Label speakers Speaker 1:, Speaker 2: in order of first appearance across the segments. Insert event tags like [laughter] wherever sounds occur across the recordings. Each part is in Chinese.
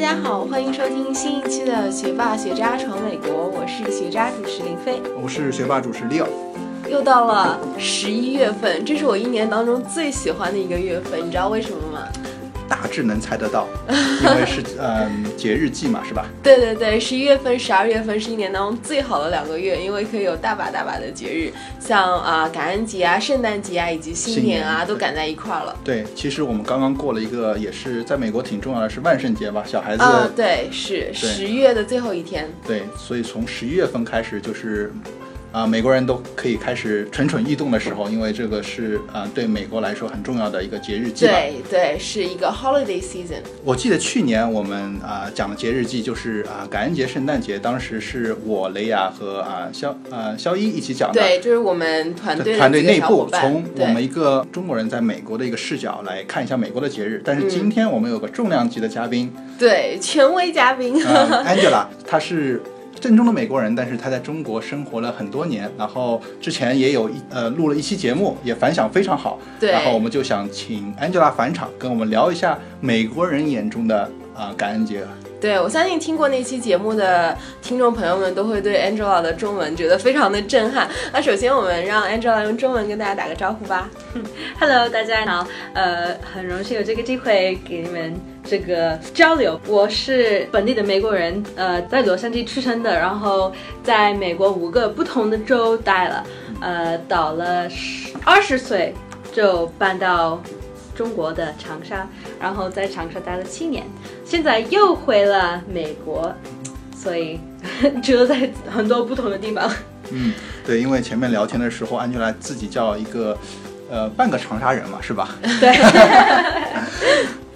Speaker 1: 家好，欢迎收听新一期的《学霸学渣闯美国》，我是学渣主持林飞。
Speaker 2: 我是学霸主持 Leo，
Speaker 1: 又到了十一月份，这是我一年当中最喜欢的一个月份，你知道为什么吗？
Speaker 2: 大致能猜得到，因为是嗯、节日季嘛，是吧？
Speaker 1: 对对对，十一月份、十二月份是一年当中最好的两个月，因为可以有大把大把的节日，像啊、感恩节啊、圣诞节啊以及新年啊
Speaker 2: 新年
Speaker 1: 都赶在一块儿了。
Speaker 2: 对，其实我们刚刚过了一个，也是在美国挺重要的，是万圣节吧？小孩子、
Speaker 1: 啊，对，是十月的最后一天。
Speaker 2: 对，所以从十一月份开始就是。啊、美国人都可以开始蠢蠢欲动的时候，因为这个是啊、对美国来说很重要的一个节日季吧。
Speaker 1: 对对，是一个 holiday season。
Speaker 2: 我记得去年我们啊、讲的节日季就是啊、感恩节、圣诞节，当时是我雷亚和啊、肖啊肖一一起讲的。
Speaker 1: 对，就是我们团队的
Speaker 2: 团队
Speaker 1: 几个
Speaker 2: 内
Speaker 1: 小伙
Speaker 2: 部，
Speaker 1: 伴
Speaker 2: 从我
Speaker 1: 对
Speaker 2: 们一个中国人在美国的一个视角来看一下美国的节日。
Speaker 1: 嗯
Speaker 2: 但是今天我们有个重量级的嘉宾，
Speaker 1: 对权威嘉宾。
Speaker 2: 呃，Angela，她是正宗的美国人，但是她在中国生活了很多年，然后之前也有一呃录了一期节目，也反响非常好。
Speaker 1: [laughs] 对
Speaker 2: 然后我们就想请 Angela 返场，跟我们聊一下美国人眼中的啊、感恩节。
Speaker 1: 对，我相信听过那期节目的听众朋友们都会对 Angela 的中文觉得非常的震撼。那首先，我们让 Angela 用中文跟大家打个招呼吧。
Speaker 3: Hello，大家好，呃，很荣幸有这个机会给你们这个交流。我是本地的美国人，呃，在洛杉矶出生的，然后在美国五个不同的州待了，呃，到了二十岁就搬到中国的长沙，然后在长沙待了七年，现在又回了美国，所以 [laughs] 住在很多不同的地方。
Speaker 2: 嗯，对，因为前面聊天的时候，Angela 自己叫一个呃半个长沙人嘛，是吧？
Speaker 3: 对。
Speaker 2: [laughs]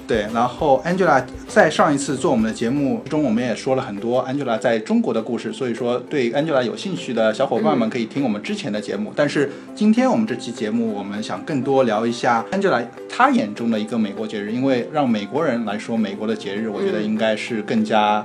Speaker 2: 对，然后 Angela 在上一次做我们的节目中，我们也说了很多 Angela 在中国的故事，所以说对 Angela 有兴趣的小伙伴们可以听我们之前的节目。但是今天我们这期节目，我们想更多聊一下 Angela 她眼中的一个美国节日，因为让美国人来说美国的节日，我觉得应该是更加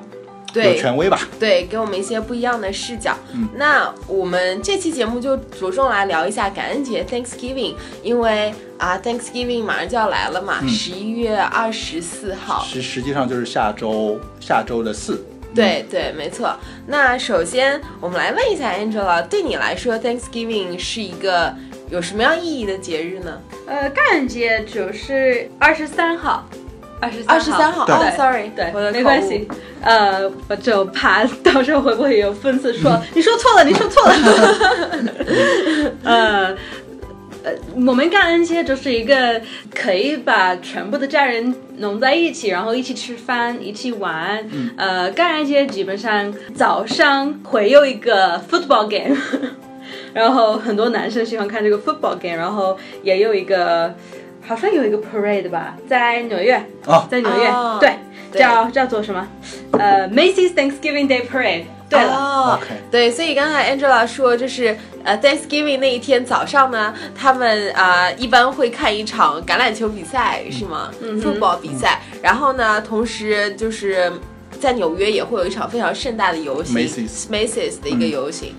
Speaker 2: 有
Speaker 1: 对
Speaker 2: 权嗯威吧。
Speaker 1: 对，给我们一些不一样的视角。那我们这期节目就着重来聊一下感恩节 （Thanksgiving），因为啊，Thanksgiving 马上就要来了
Speaker 2: 嗯
Speaker 1: 嘛，十一、月二十四号。
Speaker 2: 实实际上就是下周下周的四。
Speaker 1: 对对，没错。那首先，我们来问一下 Angela，对你来说，Thanksgiving 是一个有什么样意义的节日呢？
Speaker 3: 呃，感恩节就是二十三号，二十
Speaker 1: 二十三号，
Speaker 2: 对
Speaker 1: 哦，sorry，
Speaker 3: 对
Speaker 1: 我的，
Speaker 3: 没关系。呃，我就怕到时候会不会有粉丝说你说错了，你说错了。
Speaker 1: [laughs]
Speaker 3: [laughs] 呃。呃，我们感恩节就是一个可以把全部的家人弄在一起，然后一起吃饭，一起玩。
Speaker 1: 嗯
Speaker 3: 呃，感恩节基本上早上会有一个 football game，然后很多男生喜欢看这个 football game，然后也有一个好像有一个 parade 吧，在纽约，
Speaker 2: 哦
Speaker 3: 在纽约，
Speaker 1: 哦
Speaker 3: 对，
Speaker 1: 对
Speaker 3: 叫叫做什么？呃，Macy's Thanksgiving Day Parade。对了。
Speaker 1: 哦
Speaker 2: OK
Speaker 1: 对，所以刚才 Angela 说，就是呃，Thanksgiving 那一天早上呢，他们啊、呃一般会看一场橄榄球比赛，是吗？嗯 f o 比赛。然后呢，同时就是在纽约也会有一场非常盛大的游行
Speaker 2: Macy's 嗯
Speaker 1: Macy's 的一个游行，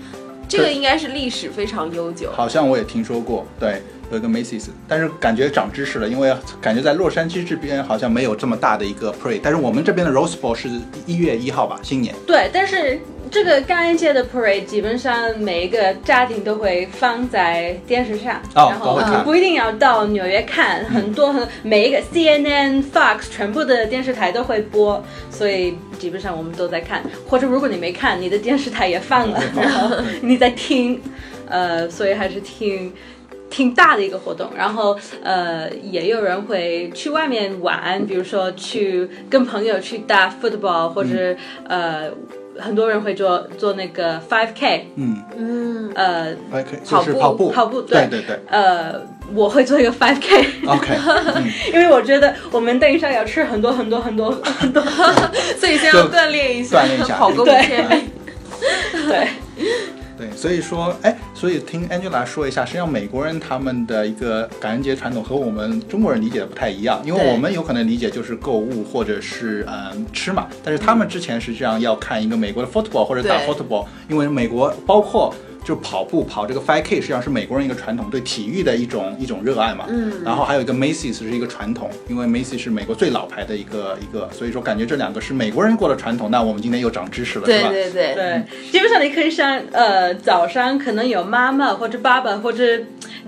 Speaker 1: 这个应该是历史非常悠久。
Speaker 2: 好像我也听说过，对，有一个 Macy's，但是感觉长知识了，因为感觉在洛杉矶这边好像没有这么大的一个 parade，但是我们这边的 Rose Bowl 是一月一号吧，新年。
Speaker 3: 对，但是这个感恩节的 parade 基本上每一个家庭都会放在电视上，
Speaker 2: 哦
Speaker 3: 然
Speaker 2: 都
Speaker 3: 后
Speaker 2: 会看
Speaker 3: 你不一定要到纽约看，很多很每一个 CNN、Fox 全部的电视台都会播，所以基本上我们都在看，或者如果你没看，你的电视台也放了，
Speaker 2: 嗯
Speaker 3: 然后 [laughs] 你在听，呃，所以还是挺。挺大的一个活动，然后呃，也有人会去外面玩，比如说去跟朋友去打 football，或者、呃，很多人会做做那个 five k，
Speaker 2: 嗯
Speaker 1: 嗯，
Speaker 3: 呃
Speaker 2: ，OK，就是
Speaker 1: 跑
Speaker 2: 跑
Speaker 1: 步
Speaker 2: 步，
Speaker 3: 跑步
Speaker 2: 对
Speaker 3: 对
Speaker 2: 对对
Speaker 3: 呃，我会做一个 five k，
Speaker 2: ，OK，嗯，
Speaker 3: 因为我觉得我们等一下要吃很多很多很多很多，
Speaker 1: 所以先要
Speaker 2: 就
Speaker 1: 锻炼一下，
Speaker 2: 锻炼一下
Speaker 1: 跑个五
Speaker 3: 对
Speaker 1: 千米。
Speaker 3: 对。
Speaker 2: 对，所以说，哎，所以听 Angela 说一下，实际上美国人他们的一个感恩节传统和我们中国人理解的不太一样，因为
Speaker 1: 对
Speaker 2: 我们有可能理解就是购物或者是嗯吃嘛，但是他们之前实际上要看一个美国的 football 或者打
Speaker 1: 对
Speaker 2: football，因为美国包括。就跑步跑这个 five k 实际上是美国人一个传统对体育的一种一种热爱嘛。嗯。然后还有一个 Macy's 是一个传统，因为 Macy's 是美国最老牌的一个一个，所以说感觉这两个是美国人过的传统。那我们今天又长知识了，
Speaker 1: 对
Speaker 2: 是吧？
Speaker 1: 对对，
Speaker 3: 对，基本上你可以上呃早上可能有妈妈或者爸爸或者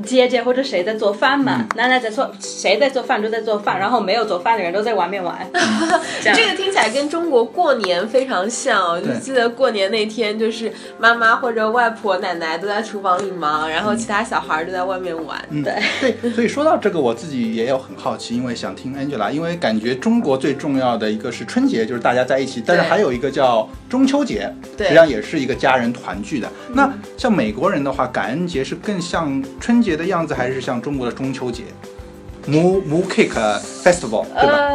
Speaker 3: 姐姐或者谁在做饭嘛，
Speaker 2: 嗯
Speaker 3: 奶奶在做，谁在做饭就在做饭，然后没有做饭的人都在外
Speaker 2: [laughs]
Speaker 3: 面玩。这样
Speaker 1: 这个听起来跟中国过年非常像哦，就
Speaker 2: 对
Speaker 1: 记得过年那天，就是妈妈或者外婆、奶奶都在厨房里忙，然后其他小孩儿都在外面玩。对，
Speaker 2: 对， [laughs] 所以说到这个，我自己也有很好奇，因为想听 Angela，因为感觉中国最重要的一个是春节，就是大家在一起，但是
Speaker 1: 对
Speaker 2: 还有一个叫中秋节，实
Speaker 1: 对
Speaker 2: 际上也是一个家人团聚的。那像美国人的话，感恩节是更像春节的样子，还是像中国的中秋节？Moo Moo Cake Festival，对吧？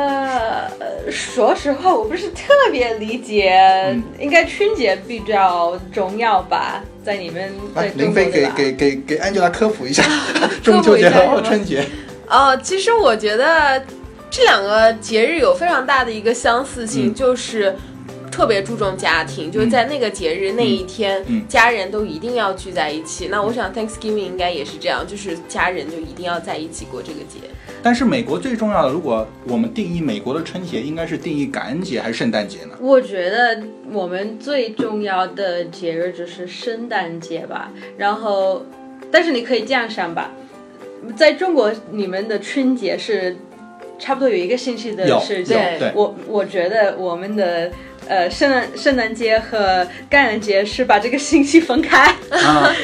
Speaker 3: 呃，说实话，我不是特别理解，
Speaker 2: 嗯
Speaker 3: 应该春节比较重要吧，在你们
Speaker 2: 来
Speaker 3: 在，中
Speaker 2: 啊林
Speaker 3: 国
Speaker 2: 飞给
Speaker 3: 的吧
Speaker 2: 给给给 Angela 科普一下 [laughs] 中秋节
Speaker 1: 科普一下
Speaker 2: 和
Speaker 1: 是吗
Speaker 2: 春节。
Speaker 1: 哦，其实我觉得这两个节日有非常大的一个相似性，
Speaker 2: 嗯
Speaker 1: 就是。特别注重家庭，就是在那个节日、那一天，
Speaker 2: 嗯
Speaker 1: 家人都一定要聚在一起。那我想 Thanksgiving 应该也是这样，就是家人就一定要在一起过这个节。
Speaker 2: 但是美国最重要的，如果我们定义美国的春节，应该是定义感恩节还是圣诞
Speaker 3: [laughs]
Speaker 2: 节呢？
Speaker 3: 我觉得我们最重要的节日就是圣诞节吧。然后，但是你可以这样想吧，在中国你们的春节是差不多有一个星期的
Speaker 2: 有
Speaker 3: 时
Speaker 2: 有
Speaker 3: 间。
Speaker 2: 对。
Speaker 3: 我我觉得我们的呃圣诞圣诞节和感恩节是把这个星期分开，
Speaker 2: 啊，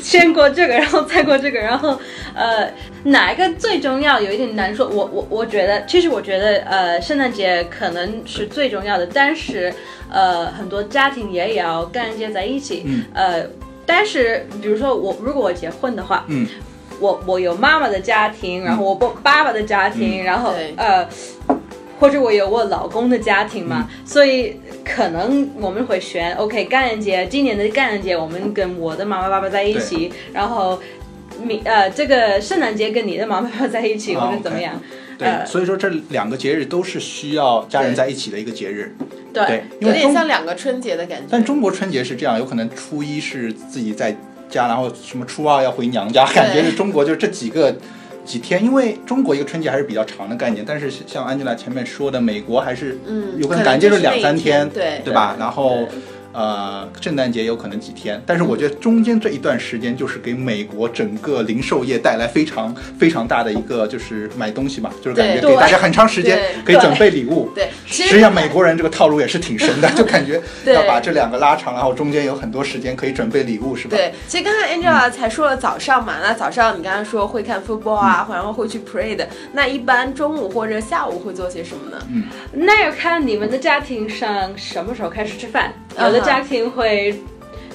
Speaker 3: 先过这个，然后再过这个，然后呃哪一个最重要有一点难说。我我我觉得，其实我觉得呃圣诞节可能是最重要的，但是呃很多家庭也要感恩节在一起，
Speaker 2: 嗯
Speaker 3: 呃。但是，比如说我，如果我结婚的话，
Speaker 2: 嗯，
Speaker 3: 我我有妈妈的家庭，然后我爸爸爸的家庭，然后
Speaker 1: 对
Speaker 3: 呃，或者我有我老公的家庭嘛，所以可能我们会选 OK 感恩节，今年的感恩节我们跟我的妈妈爸爸在一起，然后你呃这个圣诞节跟你的妈妈爸爸在一起，
Speaker 2: 啊
Speaker 3: 或者怎么样？
Speaker 2: 对，
Speaker 3: 呃
Speaker 2: 所以说这两个节日都是需要家人在一起的一个节日。
Speaker 3: 对
Speaker 2: 对，因
Speaker 1: 有
Speaker 2: 为
Speaker 1: 点
Speaker 2: 中
Speaker 1: 像两个春节的感觉。
Speaker 2: 但中国春节是这样，有可能初一是自己在家，然后什么初二要回娘家，感觉是中国就这几个。几天，因为中国一个春节还是比较长的概念，但是像 Angela 前面说的，美国还是
Speaker 1: 嗯
Speaker 2: 有可
Speaker 1: 可能
Speaker 2: 能感觉
Speaker 1: 就是
Speaker 2: 两
Speaker 1: 那一
Speaker 2: 三
Speaker 1: 天对
Speaker 2: 对吧？然后呃，圣诞节有可能几天，但是我觉得中间这一段时间就是给美国整个零售业带来非常非常大的一个就是买东西嘛，就是感觉
Speaker 1: 对
Speaker 2: 给大家很长时间可
Speaker 1: 对
Speaker 2: 以准备礼物。
Speaker 1: 对，其
Speaker 2: 实际
Speaker 1: 实
Speaker 2: 上，美国人这个套路也是
Speaker 1: [laughs]
Speaker 2: 挺深的，就感觉
Speaker 1: 对
Speaker 2: 要把这两个拉长，然后中间有很多时间可以准备礼物，是吧？
Speaker 1: 对，其实刚才 Angela 才说了早上嘛，那早上你刚才说会看 football 啊，
Speaker 2: 嗯
Speaker 1: 然后会去 pray 的，那一般中午或者下午会做些什么呢？
Speaker 3: 那要看你们的家庭上什么时候开始吃饭，
Speaker 1: 嗯
Speaker 3: 有的家庭会。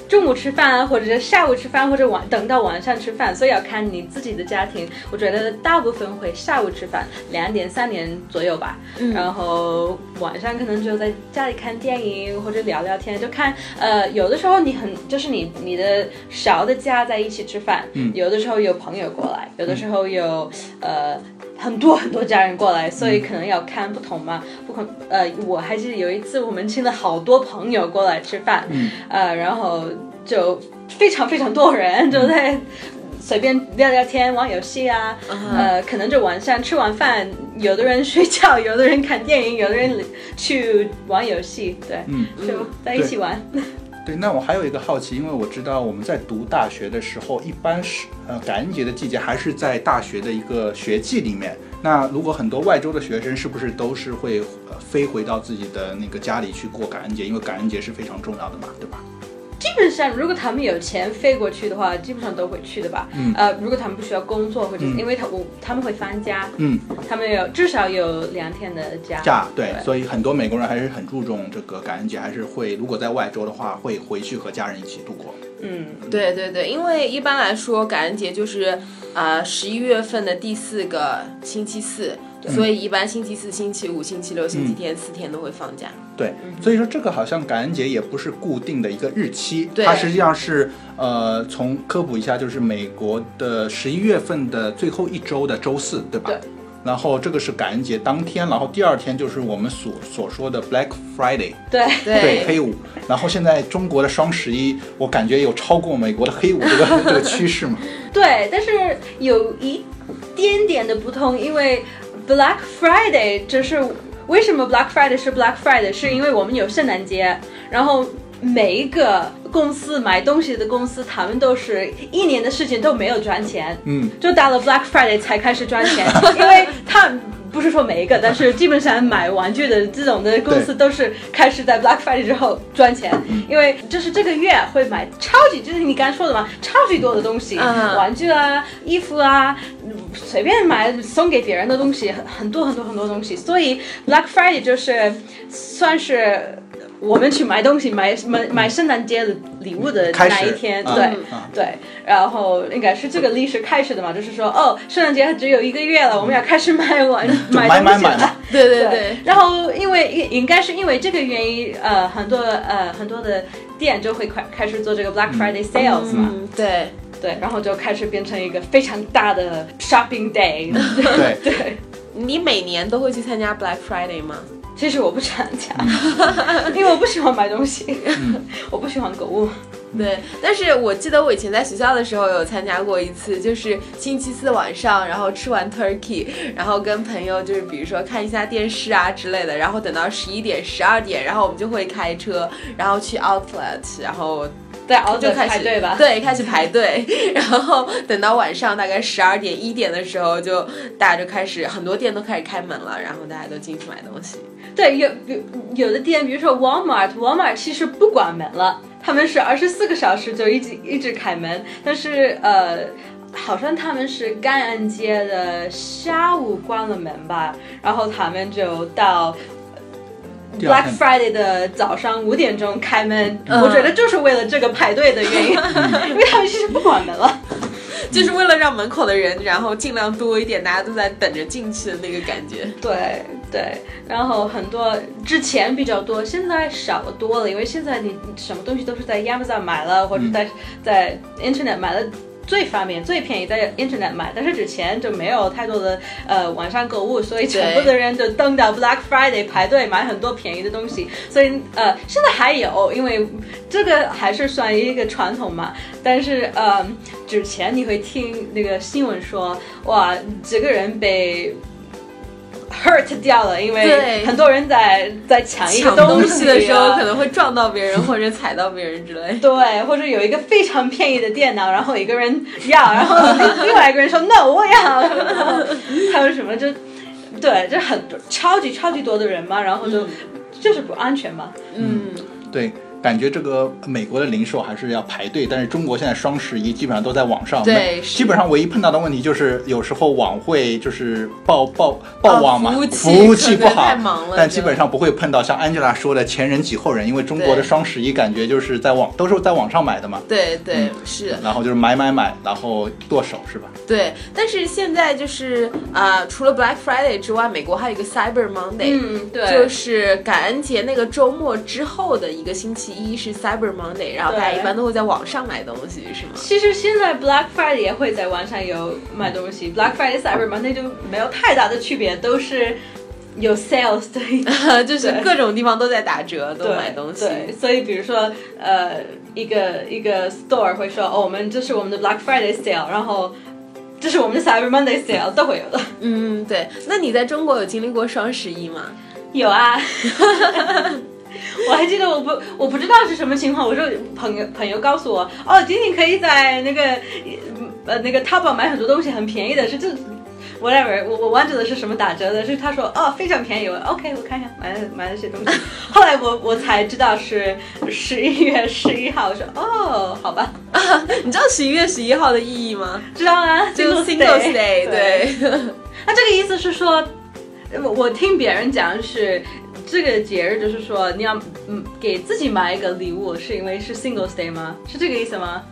Speaker 3: 中午吃饭啊，或者是下午吃饭，或者晚等到晚上吃饭，所以要看你自己的家庭。我觉得大部分会下午吃饭，两点三点左右吧。然后晚上可能就在家里看电影或者聊聊天，就看呃，有的时候你很就是你你的少的家在一起吃饭，有的时候有朋友过来，有的时候有呃很多很多家人过来，所以可能要看不同嘛，不可呃，我还记得有一次我们请了好多朋友过来吃饭，
Speaker 2: 嗯
Speaker 3: 呃，然后就非常非常多人就在。随便聊聊天、玩游戏啊呃，可能就晚上吃完饭，有的人睡觉，有的人看电影，有的人去玩游戏，对，
Speaker 2: 嗯
Speaker 3: 就在一起玩。
Speaker 2: 对，那我还有一个好奇，因为我知道我们在读大学的时候，一般是呃感恩节的季节还是在大学的一个学季里面。那如果很多外州的学生，是不是都是会呃飞回到自己的那个家里去过感恩节？因为感恩节是非常重要的嘛，对吧？
Speaker 3: 基本上，如果他们有钱飞过去的话，基本上都会去的吧。
Speaker 2: 嗯
Speaker 3: 呃，如果他们不需要工作，或者、
Speaker 2: 嗯
Speaker 3: 因为他我他们会放假，
Speaker 2: 嗯，
Speaker 3: 他们有至少有两天的假。
Speaker 2: 假对，
Speaker 3: 对
Speaker 2: 所以很多美国人还是很注重这个感恩节，还是会如果在外州的话，会回去和家人一起度过。
Speaker 3: 嗯，
Speaker 1: 对对对，因为一般来说感恩节就是呃十一月份的第四个星期四，
Speaker 2: 嗯
Speaker 1: 所以一般星期四、星期五、星期六、星期天四天都会放假。
Speaker 2: 对，所以说这个好像感恩节也不是固定的一个日期，
Speaker 1: 对
Speaker 2: 它实际上是呃，从科普一下，就是美国的十一月份的最后一周的周四，对吧？
Speaker 3: 对
Speaker 2: 然后这个是感恩节当天，然后第二天就是我们所所说的 Black Friday，
Speaker 3: 对，
Speaker 2: 对黑五。然后现在中国的双十一，我感觉有超过美国的黑五这 [laughs] 个这个趋势嘛？
Speaker 3: 对，但是有一点点的不同，因为 Black Friday 这是为什么 Black Friday 是 Black Friday，是因为我们有圣诞节，然后每一个公司买东西的公司，他们都是一年的事情都没有赚钱，
Speaker 2: 嗯，
Speaker 3: 就到了 Black Friday 才开始赚钱，因为他。不是说每一个，但是基本上买玩具的这种的公司都是开始在 Black Friday 之后赚钱，因为就是这个月会买超级，就是你刚才说的嘛，超级多的东西，
Speaker 1: 嗯
Speaker 3: 玩具啊、衣服啊，随便买送给别人的东西，很很多很多很多东西，所以 Black Friday 就是算是我们去买东西、买买买圣诞节礼物的
Speaker 2: 开
Speaker 3: 那
Speaker 2: 始
Speaker 3: 一天，
Speaker 2: 啊
Speaker 3: 对。
Speaker 2: 啊，
Speaker 3: 对，然后应该是这个历史开始的嘛，就是说，哦，圣诞节只有一个月了，我们要开始买玩
Speaker 2: 嗯就
Speaker 3: 买
Speaker 2: 买
Speaker 3: 东
Speaker 2: 买
Speaker 3: 西
Speaker 2: 买
Speaker 3: 了
Speaker 2: 嘛。，
Speaker 1: 对对对，
Speaker 3: 然后因为应应该是因为这个原因，呃，很多呃很多的店就会开开始做这个 Black Friday sales 嘛，
Speaker 1: 嗯，对，
Speaker 3: 对，然后就开始变成一个非常大的 shopping
Speaker 1: [laughs]
Speaker 3: day。
Speaker 2: 对，
Speaker 3: 对，
Speaker 1: 你每年都会去参加 Black Friday 吗？
Speaker 3: 其实我不参加，因为我不喜欢买东西，
Speaker 1: 嗯
Speaker 3: 我不喜欢购物。
Speaker 1: 对，但是我记得我以前在学校的时候有参加过一次，就是星期四晚上，然后吃完 turkey，然后跟朋友就是比如说看一下电视啊之类的，然后等到十一点、十二点，然后我们就会开车，然后去 outlet，然后
Speaker 3: 对，熬
Speaker 1: 就
Speaker 3: 着
Speaker 1: 开
Speaker 3: 哦排
Speaker 1: 始
Speaker 3: 队吧。
Speaker 1: 对，开始排队， [laughs] 然后等到晚上大概十二点、一点的时候就，大家就开始很多店都开始开门了，然后大家都进去买东西。
Speaker 3: 对，有有有的店，比如说 Walmart，Walmart 其实不关门了，他们是二十四个小时就一直一直开门，但是呃。好像他们是感恩节的下午关了门吧，然后他们就到
Speaker 2: 第二
Speaker 3: Black
Speaker 2: 天
Speaker 3: Friday 的早上五点钟开门。
Speaker 1: 嗯
Speaker 3: 我觉得就是为了这个排队的原因，因为他们其实不关门了。
Speaker 1: 就是为了让门口的人，然后尽量多一点，大家都在等着进去的那个感觉。
Speaker 3: 对对，然后很多之前比较多，现在少了多了，因为现在你什么东西都是在 Amazon 买了，或者在、在 Internet 买了。最方便、最便宜在 Internet 买，但是之前就没有太多的呃网上购物，所以全部
Speaker 1: 对
Speaker 3: 的人就等到 Black Friday 排队买很多便宜的东西。所以呃，现在还有，因为这个还是算一个传统嘛。但是呃，之前你会听那个新闻说，哇，这个人被 hurt 掉了，因为
Speaker 1: 对
Speaker 3: 很多人在在抢一个
Speaker 1: 抢啊东
Speaker 3: 西
Speaker 1: 西的时候
Speaker 3: 啊
Speaker 1: 可能会撞到别 [laughs] 人或者踩到别人之类。
Speaker 3: 对，或者有一个非常便宜的电脑，然后一个人要，然后另另外一个人说 no 我要，然后还有什么就，对，就很多超级超级多的人嘛，然后就、就是不安全嘛，
Speaker 1: 嗯，
Speaker 2: 对，感觉这个美国的零售还是要排队，但是中国现在双十一基本上都在网上，
Speaker 1: 对
Speaker 2: 那
Speaker 1: 是
Speaker 2: 基本上唯一碰到的问题就是有时候网会就是爆爆爆网嘛，
Speaker 1: 啊服务器
Speaker 2: 服务器
Speaker 1: 可
Speaker 2: 不
Speaker 1: 能
Speaker 2: 好
Speaker 1: 太忙了
Speaker 2: 但
Speaker 1: 就
Speaker 2: 基本上不会碰到像 Angela 说的前人挤后人，因为中国的
Speaker 1: 对
Speaker 2: 双十一感觉就是在网都是在网上买的嘛，
Speaker 1: 对对、是，
Speaker 2: 然后就是买买买，然后剁手是吧？
Speaker 1: 对。但是现在就是啊、呃除了 Black Friday 之外，美国还有一个 Cyber Monday。
Speaker 3: 嗯，对，
Speaker 1: 就是感恩节那个周末之后的一个星期一是 Cyber Monday，然后大家
Speaker 3: 对
Speaker 1: 一般都会在网上买东西，是吗？
Speaker 3: 其实现在 Black Friday 也会在网上有买东西，Black
Speaker 1: 嗯
Speaker 3: Friday、Cyber Monday 就没有太大的区别，都是有 sales 的一个
Speaker 1: [laughs] 就是
Speaker 3: 对
Speaker 1: 各种地方都在打折，都
Speaker 3: 对
Speaker 1: 买东西。
Speaker 3: 对，所以比如说，呃，一个一个 store 会说，哦，我们这是我们的 Black Friday sale，然后这是我们的 Cyber Monday sale，都会有的。
Speaker 1: 嗯，对。那你在中国有经历过双十一吗？
Speaker 3: 有啊。 [laughs] 我还记得我不我不知道是什么情况，我说朋友朋友告诉我，哦，仅仅可以在那个呃那个淘宝买很多东西，很便宜的，是这 whatever，我我忘记了是什么打折的，是他说哦非常便宜，我 OK 我看一下买了买了些东
Speaker 1: [laughs]
Speaker 3: 西，后来我我才知道是十一月十一号，我说哦好吧，
Speaker 1: [laughs] 你知道十一月十一号的意义吗？
Speaker 3: 知道啊，
Speaker 1: 就是 Singles Day，对。
Speaker 3: 那这个意思是说，我我听别人讲是这个节日，就是说你要嗯给自己买一个礼物，是因为是 Singles Day 吗？是这个意思吗？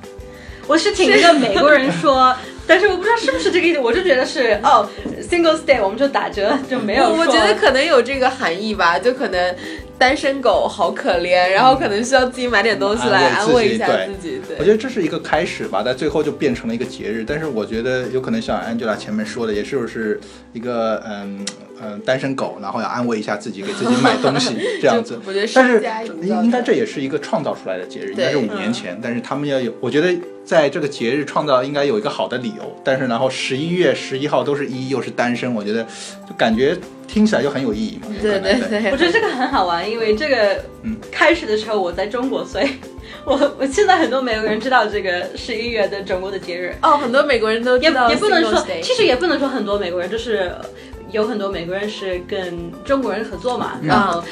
Speaker 3: 我是听一个美国人说，但是我不知道是不是这个意思，我就觉得是哦，Singles Day 我们就打折就没有
Speaker 1: 我我
Speaker 3: 说
Speaker 1: 觉得可能有这个含义吧，就可能单身狗好可怜，然后可能需要自己买点东西来
Speaker 2: 嗯安
Speaker 1: 安
Speaker 2: 慰
Speaker 1: 慰
Speaker 2: 自己
Speaker 1: 一下
Speaker 2: 对
Speaker 1: 自己。对，
Speaker 2: 我觉得这是一个开始吧，但最后就变成了一个节日。但是我觉得有可能像 Angela 前面说的，也就是一个嗯嗯单身狗，然后要安慰一下自己，给自己买
Speaker 1: [laughs]
Speaker 2: 东西这样子。
Speaker 1: 我觉得
Speaker 2: 但是
Speaker 1: 商家营造
Speaker 2: 应应该
Speaker 1: 的
Speaker 2: 这也是一个创造出来的节日，应该是
Speaker 1: 对嗯
Speaker 2: 五年前。但是他们要有，我觉得在这个节日创造应该有一个好的理由。但是然后十一月十一号都是一又是单身，我觉得就感觉听起来就很有意义嘛。有可
Speaker 1: 对
Speaker 2: 能
Speaker 1: 对
Speaker 2: 对
Speaker 1: 对，
Speaker 3: 我觉得这个很好玩，因为这个
Speaker 2: 嗯
Speaker 3: 开始的时候我在中国，所以我我现在很多美国人知道这个十一月的中国的节日，
Speaker 1: 哦，很多美国人都
Speaker 3: 也
Speaker 1: 知道
Speaker 3: 也不能
Speaker 1: Singles
Speaker 3: 说，
Speaker 1: Day
Speaker 3: 其实也不能说很多美国人，就是有很多美国人是跟中国人合作嘛，然后。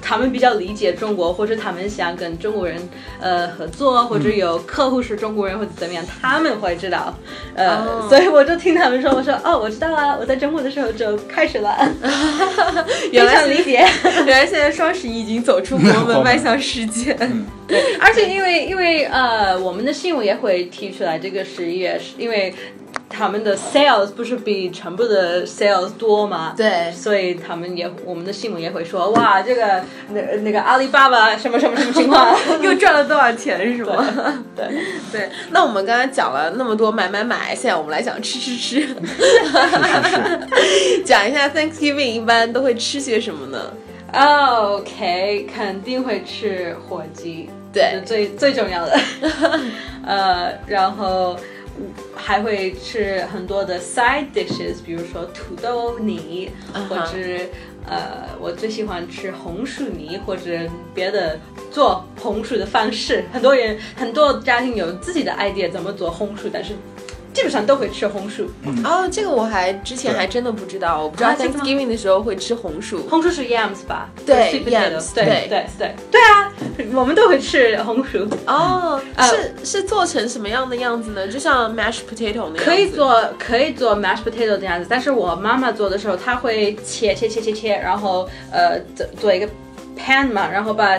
Speaker 3: 他们比较理解中国，或者他们想跟中国人呃合作，或者有客户是中国人或者怎么样，他们会知道。呃，
Speaker 1: 哦
Speaker 3: 所以我就听他们说，我说哦，我知道啊，我在中国的时候就开始
Speaker 1: [laughs]
Speaker 3: 了，非
Speaker 1: 原来
Speaker 3: 常理解。
Speaker 1: 原来现在双十一已经走出
Speaker 2: [laughs]
Speaker 1: 国
Speaker 2: 我们
Speaker 1: 门，迈向世界。
Speaker 2: 嗯
Speaker 3: [laughs] 而且因为因为呃，我们的新闻也会提出来，这个十一月是因为他们的 sales 不是比全部的 sales 多嘛？。
Speaker 1: [laughs] 对
Speaker 3: 所以他们也，我们的新闻也会说，哇，这个那那个阿里巴巴什么什么什么情况？ [laughs]
Speaker 1: 又赚了多少钱是吗？ [laughs]
Speaker 3: 对，
Speaker 1: 对，那我们刚才讲了那么多买买买，现在我们来讲吃吃吃，
Speaker 2: 是是是。
Speaker 1: [laughs] 讲一下 Thanksgiving 一般都会吃些什么呢？
Speaker 3: 哦 OK，肯定会吃火鸡，
Speaker 1: 对
Speaker 3: 是最最重要的。 [laughs] 呃，然后还会吃很多的 side dishes，比如说土豆泥，
Speaker 1: 嗯
Speaker 3: 或
Speaker 1: 哼
Speaker 3: 者呃，我最喜欢吃红薯泥，或者别的做红薯的方式。 [laughs] 很多人很多家庭有自己的 idea 怎么做红薯，但是基本上都会吃红薯。
Speaker 1: 哦，这个我还之前还真的不知道，我不知道
Speaker 3: 啊真的吗
Speaker 1: Thanksgiving 的时候会吃红薯。
Speaker 3: 红薯是 yams 吧？
Speaker 1: 对
Speaker 3: sweet potatoes，
Speaker 1: yams，
Speaker 3: 对
Speaker 1: 对
Speaker 3: 对对对啊，我们都会吃红薯。
Speaker 1: 哦，
Speaker 3: 啊
Speaker 1: 是是做成什么样的样子呢？就像 mashed potato 那样子
Speaker 3: 可以做可以做 mashed potato 的样子，但是我妈妈做的时候，她会切切切切切，然后呃做做一个 pan 嘛，然后把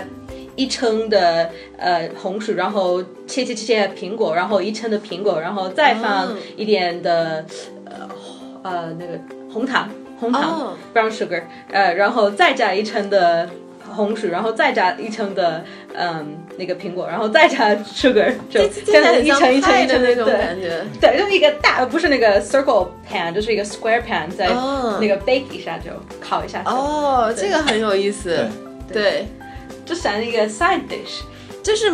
Speaker 3: 一称的呃红薯，然后切切切切苹果，然后一称的苹果，然后再放
Speaker 1: 哦
Speaker 3: 一点的、呃呃那个红糖红糖、
Speaker 1: 哦
Speaker 3: brown sugar，呃，然后再加一称的。红薯，然后再加一称的，嗯，那个苹果，然后再加 sugar，就
Speaker 1: 这听起来很
Speaker 3: 一
Speaker 1: 像
Speaker 3: 层一层
Speaker 1: 派
Speaker 3: 一
Speaker 1: 的
Speaker 3: 层
Speaker 1: 那种
Speaker 3: 对
Speaker 1: 感觉。
Speaker 3: 对，就是一个大，不是那个 circle pan，就是一个 square pan，在
Speaker 1: 哦
Speaker 3: 那个 bake 一下就烤一下就，
Speaker 1: 哦，这
Speaker 3: 对
Speaker 1: 个很有意思
Speaker 2: 对。
Speaker 1: 对，
Speaker 3: 就像一个 side dish。
Speaker 1: 就是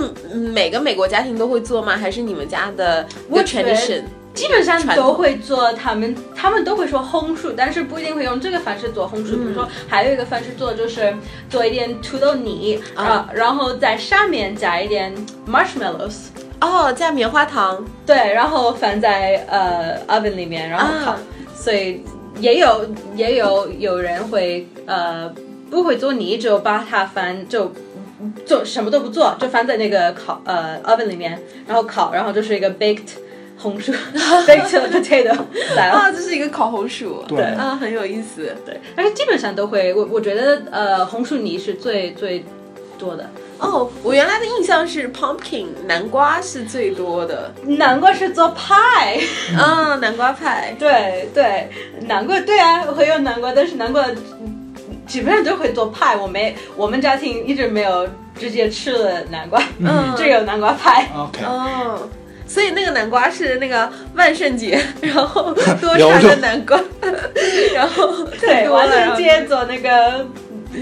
Speaker 1: 每个美国家庭都会做吗？还是你们家的一个
Speaker 3: 我觉得
Speaker 1: tradition？
Speaker 3: 基本上
Speaker 1: 传
Speaker 3: 都
Speaker 1: 统
Speaker 3: 会做，他们他们都会说红薯，但是不一定会用这个方式做红
Speaker 1: 嗯
Speaker 3: 薯。比如说，还有一个方式做就是做一点土豆泥，啊
Speaker 1: 啊、
Speaker 3: 然后在上面加一点 marshmallows，
Speaker 1: 哦，加棉花糖。
Speaker 3: 对，然后放在呃 oven 里面，然后烤。
Speaker 1: 啊
Speaker 3: 所以也有也有有人会呃不会做泥，就把它翻就。做什么都不做，就放在那个烤呃 oven 里面，然后烤，然后就是一个 baked 红薯 [laughs] baked potato 来了。
Speaker 1: 啊，这是一个烤红薯。
Speaker 2: 对
Speaker 1: 啊，很有意思。
Speaker 3: 对，但是基本上都会，我我觉得呃红薯泥是最最多的，
Speaker 1: 哦，我原来的印象是 pumpkin 南瓜是最多的。
Speaker 3: 南瓜是做派。
Speaker 1: 啊，南瓜派。
Speaker 3: 对对，南瓜对啊，会有南瓜，但是南瓜嗯基本上都会做派。我没，我们家庭一直没有直接吃了南瓜，
Speaker 1: 嗯
Speaker 3: 只有南
Speaker 1: [laughs]
Speaker 3: 瓜派。
Speaker 2: OK，
Speaker 1: 哦。所以那个南瓜是那个万圣节， [laughs] 然后多
Speaker 2: 留
Speaker 1: 产
Speaker 2: 着
Speaker 1: 的南瓜， [laughs] 然后
Speaker 3: 对，
Speaker 1: 多
Speaker 3: 完
Speaker 1: 了
Speaker 3: 圣节做那个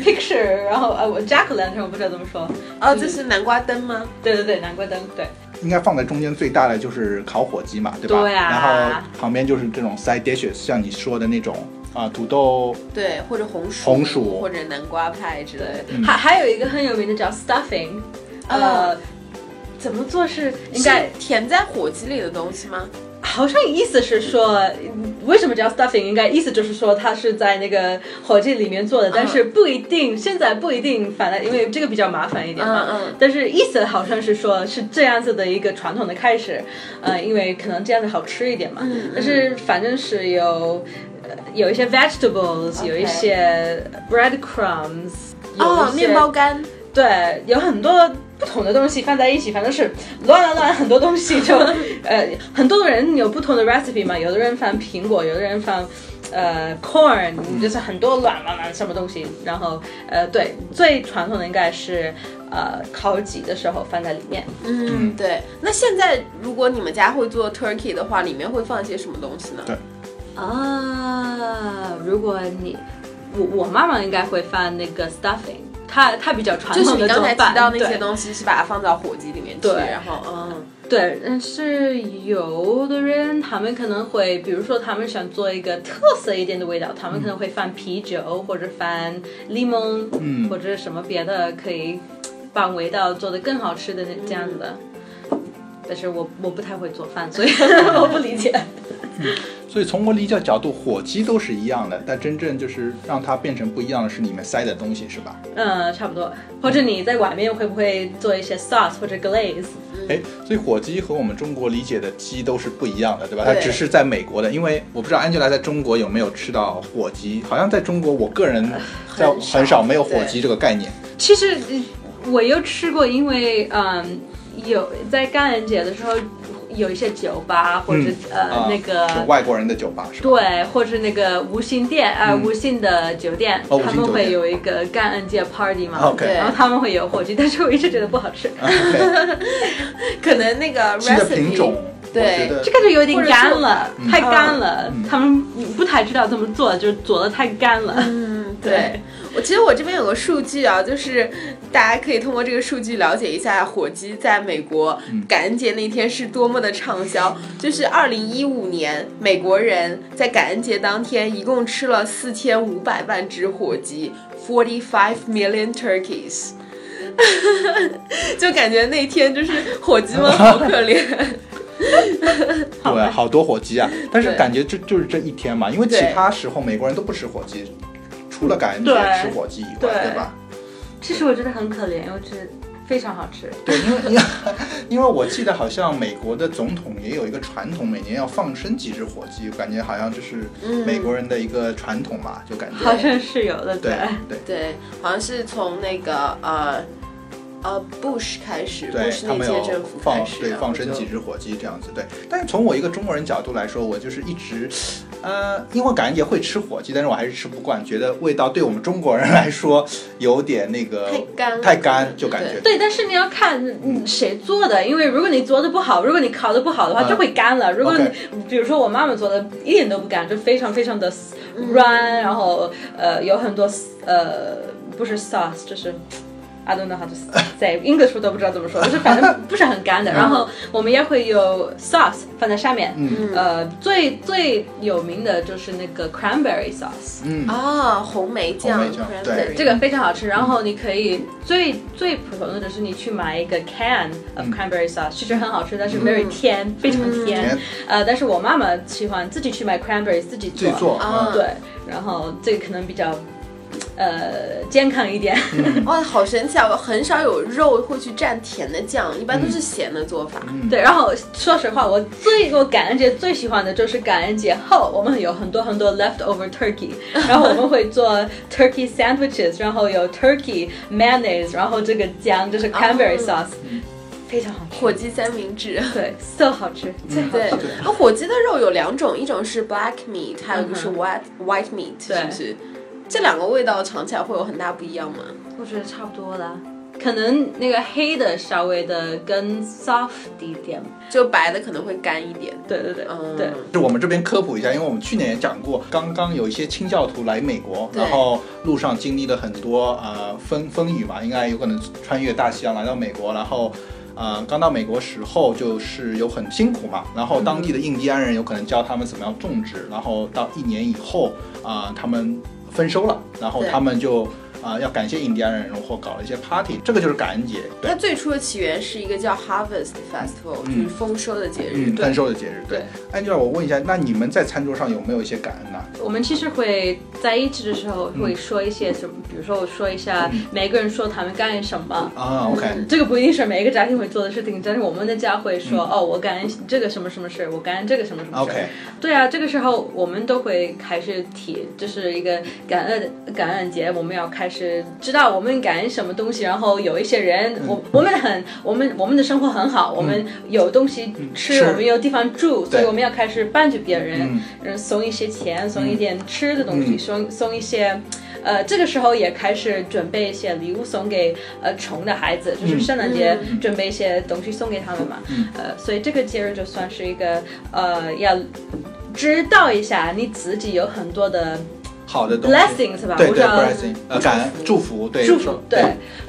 Speaker 3: picture，然后呃，我 jack o' lantern 我不知道怎么说。
Speaker 1: 哦，这是南瓜灯吗？
Speaker 3: 对对对，南瓜灯，对
Speaker 2: 应该放在中间最大的就是烤火鸡嘛，对吧？
Speaker 3: 对啊
Speaker 2: 然后旁边就是这种 side dishes，像你说的那种啊，土豆
Speaker 1: 对，或者红薯，
Speaker 2: 红薯
Speaker 1: 或者南瓜派之类的。
Speaker 3: 对，还还有一个很有名的叫 stuffing，呃，怎么做是应
Speaker 1: 嗯应
Speaker 3: 该
Speaker 1: 该填在火鸡里的东西吗？
Speaker 3: 好像意思是说，嗯为什么叫 stuffing？应该意思就是说它是在那个火鸡里面做的，
Speaker 1: 嗯
Speaker 3: 但是不一定，现在不一定反正因为这个比较麻烦一点嘛。
Speaker 1: 嗯嗯
Speaker 3: 但是意思好像是说是这样子的一个传统的开始，呃，因为可能这样子好吃一点嘛。
Speaker 1: 嗯嗯
Speaker 3: 但是反正是有。呃有一些 vegetables，、有一
Speaker 1: OK
Speaker 3: 些 breadcrumbs，有
Speaker 1: 哦
Speaker 3: 一，些
Speaker 1: 面包干。
Speaker 3: 对，有很多不同的东西放在一起，反正是乱乱乱，很多东 [laughs] 西就呃，很多人有不同的 recipe 嘛，有的人放苹果，有的人放呃 corn，就是很多卵卵卵什么东西。然后呃，对，最传统的应该是呃烤鸡的时候放在里面。
Speaker 1: 嗯，对。那现在如果你们家会做 turkey 的话，里面会放一些什么东西呢？
Speaker 2: 对
Speaker 3: 啊，如果你我我妈妈应该会放那个 stuffing，她她比较传
Speaker 1: 就是
Speaker 3: 统
Speaker 1: 你
Speaker 3: 的
Speaker 1: 刚才
Speaker 3: 做
Speaker 1: 提
Speaker 3: 法，
Speaker 1: 到那些
Speaker 3: 对
Speaker 1: 东西，是把它放到火鸡里面去，
Speaker 3: 对
Speaker 1: 然后嗯，
Speaker 3: 对，但是有的人他们可能会，比如说他们想做一个特色一点的味道，他们可能会放啤酒或者放 lemon，
Speaker 2: 嗯
Speaker 3: 或者什么别的可以把味道做得更好吃的那这样子的。但是我我不太会做饭，所以我不理解。
Speaker 2: 所以从我理解角度，火鸡都是一样的，但真正就是让它变成不一样的是里面塞的东西，是吧？
Speaker 3: 嗯，差不多。或者你在外面会不会做一些 sauce 或者 glaze？
Speaker 2: 哎，所以火鸡和我们中国理解的鸡都是不一样的，对吧？它
Speaker 1: 对
Speaker 2: 只是在美国的，因为我不知道 Angela 在中国有没有吃到火鸡，好像在中国，我个人在
Speaker 1: 很少
Speaker 2: 很少没有火
Speaker 1: 对
Speaker 2: 鸡这个概念。
Speaker 3: 其实呃我有吃过，因为嗯，有在感恩节的时候，有一些酒吧或者、
Speaker 2: 嗯
Speaker 3: 呃、
Speaker 2: 啊
Speaker 3: 那
Speaker 2: 就
Speaker 3: 个
Speaker 2: 外国人的酒吧
Speaker 3: [laughs]
Speaker 2: 是吧？ [laughs]
Speaker 3: 对，或者那个无信店啊、呃
Speaker 2: 嗯
Speaker 3: 无信的酒店，
Speaker 2: 哦无信
Speaker 3: 他们
Speaker 2: 酒
Speaker 3: 会
Speaker 2: 店啊
Speaker 3: 有一个感恩节 party 嘛。
Speaker 2: OK 嗯
Speaker 1: 对
Speaker 3: 然后他们会有火鸡，但是我一直觉得不好吃，
Speaker 2: OK，
Speaker 1: 可能那个
Speaker 2: 鸡的品
Speaker 1: recipe
Speaker 2: 种，我
Speaker 1: 对
Speaker 2: 觉得
Speaker 3: 就感觉有点
Speaker 1: 或者
Speaker 3: 干
Speaker 1: 做
Speaker 3: 了，
Speaker 2: 嗯
Speaker 3: 太干了，
Speaker 2: 嗯
Speaker 3: 他们不太知道怎么做，就是做的太干了。
Speaker 1: 嗯，对
Speaker 3: 对，
Speaker 1: 我其实我这边有个数据啊，就是大家可以通过这个数据了解一下火鸡在美国
Speaker 2: 嗯
Speaker 1: 感恩节那天是多么的畅销。就是二零一五年，美国人在感恩节当天一共吃了四千五百万只火鸡，forty five million turkeys。就感觉那天就是火鸡们好可怜，
Speaker 2: 对，好多火鸡啊！但是
Speaker 1: 对
Speaker 2: 感觉这就是这一天嘛，因为其
Speaker 1: 对
Speaker 2: 他时候美国人都不吃火鸡，除了感恩节
Speaker 3: 对
Speaker 2: 吃火鸡以外，
Speaker 3: 对
Speaker 2: 对吧？
Speaker 3: 其实我觉得很可怜，我觉得非常好吃。
Speaker 2: 对，因为因为 [laughs] 因为我记得好像美国的总统也有一个传统，每年要放生几只火鸡，感觉好像这是美国人的一个传统嘛，就感觉
Speaker 3: 嗯好像是有的，
Speaker 2: 对对
Speaker 1: 对，好像是从那个呃呃 Bush 开始，Bush
Speaker 2: 对，他
Speaker 1: 那
Speaker 2: 们
Speaker 1: 届
Speaker 2: 有
Speaker 1: 政府
Speaker 2: 放
Speaker 1: 开始，
Speaker 2: 对
Speaker 1: 然后
Speaker 2: 放生
Speaker 1: 就
Speaker 2: 几只火鸡这样子，对。但是从我一个中国人角度来说，我就是一直，呃，因为感恩节会吃火鸡，但是我还是吃不惯，觉得味道对我们中国人来说有点那个
Speaker 1: 太干了
Speaker 2: 太干就感觉
Speaker 3: 对，但是你要看嗯谁做的，因为如果你做的不好，如果你烤的不好的话，
Speaker 2: 嗯
Speaker 3: 就会干了。如果你
Speaker 2: OK
Speaker 3: 比如说我妈妈做的一点都不干，就非常非常的
Speaker 2: 嗯
Speaker 3: 软，然后呃有很多呃不是 sauce，就是。I don't know how to say English，我都不知道怎么说， [laughs] 就是反正不是很干的。然后我们也会有 sauce 放在下面，
Speaker 2: 嗯
Speaker 3: 呃，最最有名的就是那个 cranberry sauce，
Speaker 2: 嗯，
Speaker 1: 啊，红梅酱，
Speaker 2: 红梅酱
Speaker 1: cranberry
Speaker 2: 对
Speaker 3: 这个非常好吃。然后你可以最最普通的就是你去买一个 can of cranberry sauce，其实很好吃，但是 very 甜，非常甜
Speaker 2: 甜。
Speaker 3: 呃，但是我妈妈喜欢自己去买 cranberry 自己
Speaker 2: 自己做，
Speaker 1: 啊
Speaker 2: 嗯
Speaker 3: 对，然后这个可能比较呃健康一点。 [laughs]
Speaker 1: 哇，好神奇啊！我很少有肉会去蘸甜的酱，一般
Speaker 2: 嗯
Speaker 1: 都是咸的做法。
Speaker 3: 对，然后说实话，我最我感恩节最喜欢的就是感恩节后，我们有很多很多 leftover turkey，然后我们会做 turkey sandwiches，然后有 turkey mayonnaise，然后这个酱就是 cranberry
Speaker 1: 哦
Speaker 3: sauce，、非常好吃，
Speaker 1: 火鸡三明
Speaker 2: [laughs]
Speaker 1: 治，
Speaker 3: 对，so 好吃，最好
Speaker 1: 嗯对
Speaker 3: 吃。，
Speaker 1: 那火鸡的肉有两种，一种是 black meat，还有一个是
Speaker 3: 嗯
Speaker 1: white white meat，
Speaker 3: 对
Speaker 1: 是不是？这两个味道尝起来会有很大不一样吗？
Speaker 3: 我觉得差不多了。可能那个黑的稍微的更 soft 一点，
Speaker 1: 就白的可能会干一点。
Speaker 3: 对对对、
Speaker 1: 嗯，
Speaker 3: 对，
Speaker 2: 就我们这边科普一下，因为我们去年也讲过，刚刚有一些清教徒来美国，
Speaker 1: 对
Speaker 2: 然后路上经历了很多呃风风雨嘛，应该有可能穿越大西洋来到美国，然后。呃，刚到美国时候就是有很辛苦嘛，然后当地的印第安人有可能教他们怎么样种植，然后到一年以后啊、他们丰收了，然后
Speaker 1: 对
Speaker 2: 他们就啊、要感谢印第安人，然后搞了一些 party，这个就是感恩节，对
Speaker 1: 它，最初的起源是一个叫 Harvest Festival，、就是丰收的节日。
Speaker 2: 嗯，丰收的节日，对。安吉拉，我问一下，那你们在餐桌上有没有一些感恩啊呢、
Speaker 3: 我们其实会在一起的时候会说一些什么，比如说我说一下
Speaker 1: 嗯
Speaker 3: 每个人说他们干什么，
Speaker 2: 啊，OK，
Speaker 3: 这个不一定是每一个家庭会做的事情，但是我们的家会说，
Speaker 1: 嗯
Speaker 3: 哦，我感恩这个什么什么事，我感恩这个什么什么事。
Speaker 2: OK
Speaker 3: 对啊，这个时候我们都会开始提，就是一个感恩感恩节，我们要开始知道我们感恩什么东西，然后有一些人，我我们很我们我们的生活很好，我们有东西吃，
Speaker 2: 是
Speaker 3: 我们有地方住，所以
Speaker 2: 对
Speaker 3: 我们要开始帮助别人
Speaker 2: 嗯，
Speaker 3: 嗯，送一些钱，送一点吃的东西，
Speaker 2: 嗯
Speaker 3: 送送一些。呃，这个时候也开始准备一些礼物送给呃穷的孩子，就是
Speaker 2: 嗯
Speaker 3: 圣诞节
Speaker 1: 嗯
Speaker 3: 准备一些东西送给他们嘛。
Speaker 2: 嗯
Speaker 3: 呃，所以这个节日就算是一个呃，要知道一下你自己有很多的
Speaker 2: 好的东西。
Speaker 3: blessing 是吧？
Speaker 2: 对
Speaker 3: 我
Speaker 2: 对
Speaker 3: 叫
Speaker 2: ，blessing，呃，感恩祝福，对，
Speaker 3: 祝福
Speaker 2: 说
Speaker 3: 对，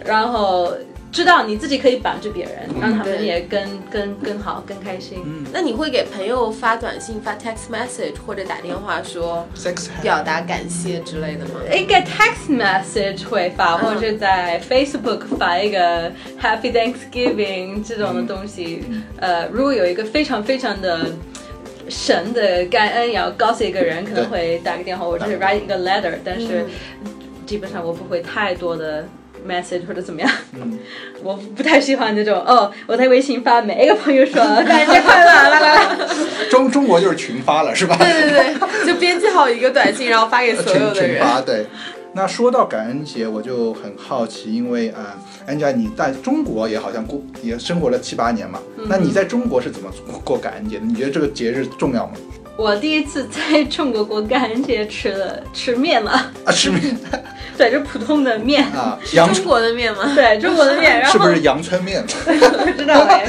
Speaker 3: 然后知道你自己可以帮助别人，
Speaker 2: 嗯
Speaker 3: 让他们
Speaker 1: 对
Speaker 3: 也更更更好、更开心。
Speaker 1: 那你会给朋友发短信、发 text message 或者打电话说
Speaker 2: ，sex，
Speaker 1: 表达感谢之类的吗？
Speaker 3: 应该 text message 会发，或者是在 Facebook 发一个 Happy Thanksgiving 这种的东西。呃，如果有一个非常非常的神的感恩，要告诉一个人，可能会打个电话，或者是 write 一个 letter，但是基本上我不会太多的 message 或者怎么样。
Speaker 2: 嗯，
Speaker 3: [laughs] 我不太喜欢那种哦，我在微信发每一个朋友说感恩节快乐，啦啦啦。
Speaker 2: 中中国就是群发了，是吧？ [laughs]
Speaker 1: 对对对，就编辑好一个短信，然后发给所有
Speaker 2: 群
Speaker 1: 的
Speaker 2: 群
Speaker 1: 人。
Speaker 2: 发对。那说到感恩节，我就很好奇，因为啊，安吉拉，你在中国也好像过也生活了七八年嘛，那你在中国是怎么过感恩节的？你觉得这个节日重要吗？
Speaker 3: 我第一次在中国过感恩节吃了吃面了，
Speaker 2: 啊，吃面
Speaker 3: 对，就普通的面，
Speaker 2: 啊，阳
Speaker 1: 中国的面吗？
Speaker 3: [laughs] 对中国的面，然
Speaker 2: 是
Speaker 3: 后
Speaker 2: 不是阳春面？
Speaker 3: 不知道哎，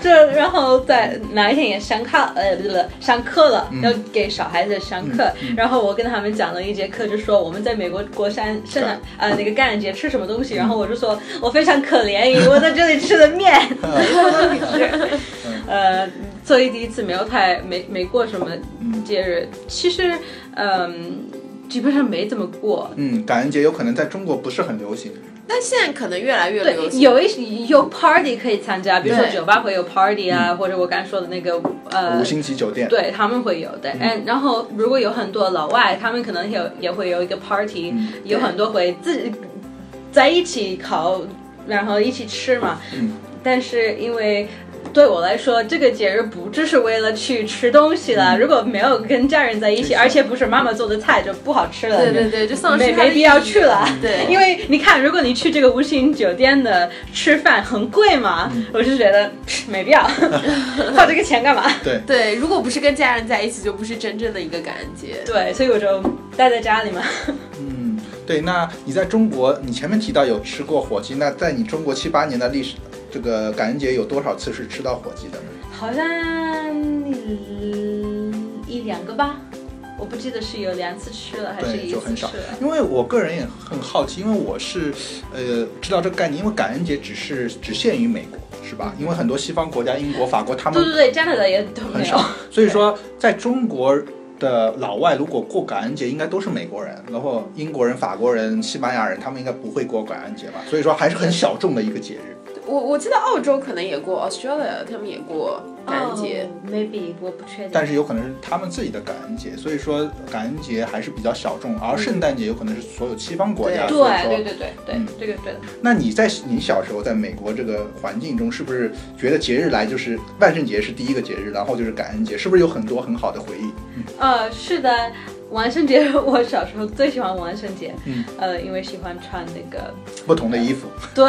Speaker 3: 这然后在哪一天也上课，呃，不是上课了，要给小孩子上课，然后我跟他们讲了一节课，就说我们在美国过山圣诞呃那个感恩节吃什么东西，然后我就说我非常可怜，我在这里吃的面， [laughs] 呃，所以第一次没有太没没过什么节日，其实嗯、基本上没怎么过，
Speaker 2: 嗯，感恩节有可能在中国不是很流行。
Speaker 1: 但现在可能越来越
Speaker 3: 对
Speaker 1: 流，行。
Speaker 3: 有一有 party 可以参加，比如说
Speaker 1: 对
Speaker 3: 酒吧会有 party 啊，或者我刚才说的那个呃
Speaker 2: 五。星级酒店，
Speaker 3: [laughs] 对，他们会有的。嗯，然后如果有很多老外，他们可能有也会有一个 party，、有
Speaker 1: 嗯
Speaker 3: 很多会自己在一起烤，然后一起吃嘛。
Speaker 2: 嗯
Speaker 3: 但是因为对我来说，这个节日不只是为了去吃东西
Speaker 1: 嗯
Speaker 3: 了，如果没有跟家人在一起，
Speaker 2: 是
Speaker 3: 而且不是妈妈做的菜，就不好吃了。
Speaker 1: 对对对，就丧失
Speaker 3: 没
Speaker 1: 它的
Speaker 3: 没必要去了
Speaker 1: 意义对，
Speaker 3: 因为你看，如果你去这个五星酒店的吃饭很贵嘛，
Speaker 1: 嗯
Speaker 3: 我就觉得嘖没
Speaker 1: [laughs]
Speaker 3: 必要，花这个钱干嘛？
Speaker 2: 对，
Speaker 1: 对，如果不是跟家人在一起，就不是真正的一个感恩节。
Speaker 3: 对，所以我就待在家里嘛。 [laughs]
Speaker 2: 嗯，对。那你在中国，你前面提到有吃过火鸡，那在你中国七八年的历史，这个感恩节有多少次是吃到火鸡的？
Speaker 3: 好像嗯一两个吧，我不记得是有两次吃了还是
Speaker 2: 对，
Speaker 3: 一
Speaker 2: 就
Speaker 3: 次
Speaker 2: 很
Speaker 3: 吃
Speaker 2: 少
Speaker 3: 了。。
Speaker 2: 因为我个人也很好奇，因为我是呃知道这个概念，因为感恩节只是只限于美国，是吧？因为很多西方国家，英国、法国他
Speaker 3: 嗯对
Speaker 2: 们
Speaker 3: 对对，加拿大也都
Speaker 2: 很
Speaker 3: 没有哦
Speaker 2: 少。，所以说在中国。的老外如果过感恩节，应该都是美国人，然后英国人、法国人、西班牙人，他们应该不会过感恩节吧？所以说还是很小众的一个节日。
Speaker 1: 我我记得澳洲可能也过，Australia 他们也过感恩节。
Speaker 3: 哦 maybe 我不确定。
Speaker 2: 但是有可能是他们自己的感恩节，所以说感恩节还是比较小众，而圣诞节有可能是所有西方国家。所以
Speaker 3: 嗯对
Speaker 2: 说
Speaker 3: 对对对对
Speaker 2: 嗯，
Speaker 3: 这个对的。
Speaker 2: 那你在你小时候在美国这个环境中，是不是觉得节日来就是万圣节是第一个节日，然后就是感恩节，是不是有很多很好的回忆？
Speaker 3: 呃，是的，万圣节 [laughs] 我小时候最喜欢万圣节，
Speaker 2: 嗯
Speaker 3: 呃，因为喜欢穿那个
Speaker 2: 不同的衣服，
Speaker 3: [laughs] 对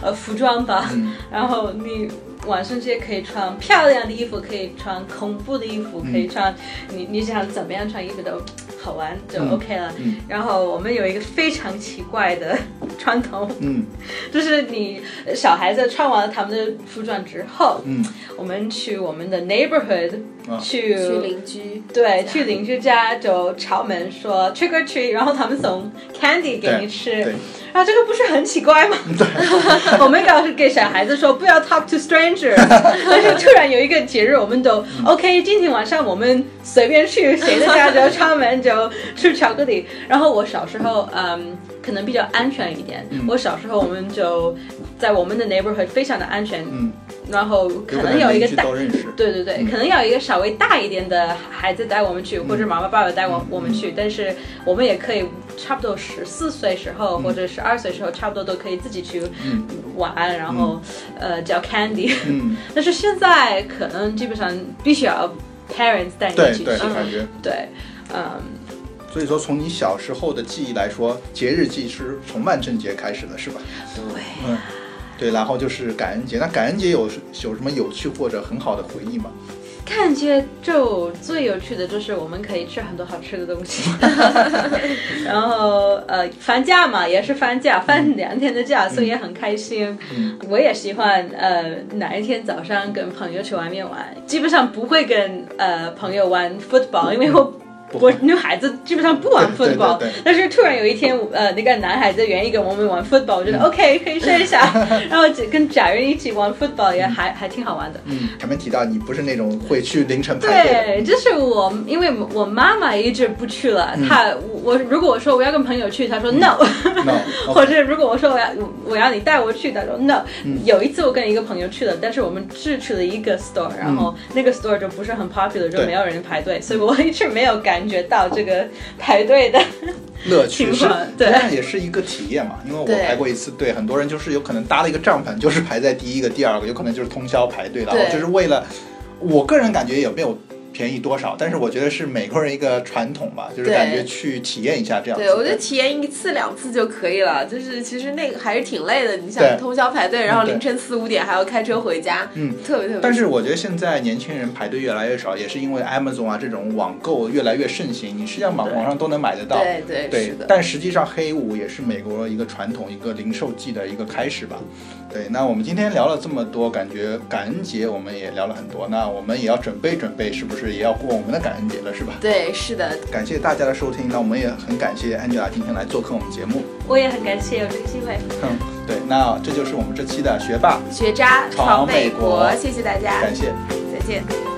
Speaker 3: 呃服装吧，
Speaker 2: 嗯
Speaker 3: [laughs] 然后你万圣节可以穿漂亮的衣服，可以穿恐怖的衣服，可
Speaker 2: 嗯
Speaker 3: 以穿你你想怎么样穿衣服都好玩就
Speaker 2: 嗯
Speaker 3: OK 了。
Speaker 2: 嗯
Speaker 3: 然后我们有一个非常奇怪的传统，
Speaker 2: 嗯
Speaker 3: [laughs] 就是你小孩子穿完了他们的服装之后，
Speaker 2: 嗯，
Speaker 3: 我们去我们的 neighborhood
Speaker 2: 啊
Speaker 3: 去
Speaker 1: 去邻居，
Speaker 3: 对，去邻居家就敲门说 trick or treat，然后他们送 candy 给你
Speaker 2: 对
Speaker 3: 吃，
Speaker 2: 对
Speaker 3: 啊，这个不是很奇怪
Speaker 2: [laughs]
Speaker 3: 吗？ [laughs] 我们告诉给小孩子说不要 talk to stranger，但 [laughs] 是突然有一个节日，我们都
Speaker 2: 嗯
Speaker 3: OK，今天晚上我们随便去谁的家
Speaker 2: [laughs]
Speaker 3: 就敲门就吃巧克力。然后我小时候，嗯，可能比较安全一点。
Speaker 2: 嗯
Speaker 3: 我小时候我们就在我们的 neighborhood 非常的安全，
Speaker 2: 嗯，
Speaker 3: 然后
Speaker 2: 有
Speaker 3: 可能有一
Speaker 2: 邻
Speaker 3: 个
Speaker 2: 居
Speaker 3: 大
Speaker 2: 都认
Speaker 3: [laughs]
Speaker 2: 识。
Speaker 3: 对对对，可能要有一个稍微大一点的孩子带我们
Speaker 2: 嗯
Speaker 3: 去，或者妈妈爸爸带我我们去，但是我们也可以差不多十四岁时候、
Speaker 2: 嗯
Speaker 3: 或者十二岁时候，差不多都可以自己去玩，然后、呃叫 candy，、 [laughs]
Speaker 2: 嗯，
Speaker 3: 但是现在可能基本上必须要 parents 带你
Speaker 2: 对
Speaker 3: 一起去，
Speaker 2: 对，
Speaker 3: 对
Speaker 2: 感觉
Speaker 3: 嗯。
Speaker 2: 所以说，从你小时候的记忆来说，节日记忆是从万圣节开始的，是吧？
Speaker 3: 对，
Speaker 2: 嗯，对，然后就是感恩节。那感恩节有有什么有趣或者很好的回忆吗？
Speaker 3: 感觉就最有趣的就是我们可以吃很多好吃的
Speaker 2: [laughs]
Speaker 3: 东西，然后呃放假嘛也是放假，放两天的假，所以也很开心。
Speaker 2: 嗯
Speaker 3: 我也喜欢呃哪一天早上跟朋友去外面玩，基本上不会跟呃朋友玩 football，因为我。我女孩子基本上不玩
Speaker 2: 嗯对对
Speaker 3: 啊 football，
Speaker 2: 对对
Speaker 3: 但是突然有一天，呃，那个男孩子愿意跟我们玩 football，我觉得
Speaker 2: 嗯
Speaker 3: OK 可以试
Speaker 2: [laughs]
Speaker 3: 一下，然后跟家人一起玩 football 也还还挺好玩的。
Speaker 2: 嗯，前面提到你不是那种会去凌晨排队的，
Speaker 3: [laughs] 对，这是我，因为我妈妈一直不去了。她我我如果我说我要跟朋友去，她说 no，、
Speaker 2: no，
Speaker 3: 或者如果我说我要我要你带我去，她说 no、
Speaker 2: 嗯
Speaker 3: 有一次我跟一个朋友去了，但是我们只去了一个 store，然后那个 store 就不是很 popular，就
Speaker 2: 对
Speaker 3: 没有人排队，所以我一直没有感觉到这个排队的。
Speaker 2: 乐趣
Speaker 3: 情
Speaker 2: 是
Speaker 3: 况，对
Speaker 2: 那也是一个体验嘛。因为我
Speaker 1: 对
Speaker 2: 排过一次队，很多人就是有可能搭了一个帐篷，就是排在第一个、第二个，有可能就是通宵排队，然后
Speaker 1: 对
Speaker 2: 就是为了，我个人感觉也没有便宜多少，但是我觉得是美国人一个传统吧，就是
Speaker 1: 对
Speaker 2: 感觉去体验一下这样子。
Speaker 1: 对，我觉得体验一次两次就可以了。就是其实那个还是挺累的，你想
Speaker 2: 对嗯
Speaker 1: 通宵排队，然后
Speaker 2: 对
Speaker 1: 凌晨四五点还要开车回家，
Speaker 2: 嗯，
Speaker 1: 特别特别。
Speaker 2: 但是我觉得现在年轻人排队越来越少，也是因为 Amazon 啊这种网购越来越盛行，你实际上网
Speaker 3: 对
Speaker 2: 网上都能买得到。
Speaker 1: 对对
Speaker 2: 对
Speaker 1: 是，的，
Speaker 2: 但实际上黑五也是美国一个传统、一个零售季的一个开始吧。对，那我们今天聊了这么多，感觉感恩节我们也聊了很多，那我们也要准备准备，是不是也要过我们的感恩节了，是吧？
Speaker 1: 对是的，
Speaker 2: 感谢大家的收听，那我们也很感谢 Angela 今天来做客我们节目。
Speaker 3: [laughs] 我也很感谢有这个机会。
Speaker 2: 嗯，对，那这就是我们这期的学霸，
Speaker 1: 学渣闯
Speaker 2: 闯
Speaker 1: 美
Speaker 2: 美国
Speaker 1: 谢谢大家，
Speaker 2: 感谢。
Speaker 1: 再见。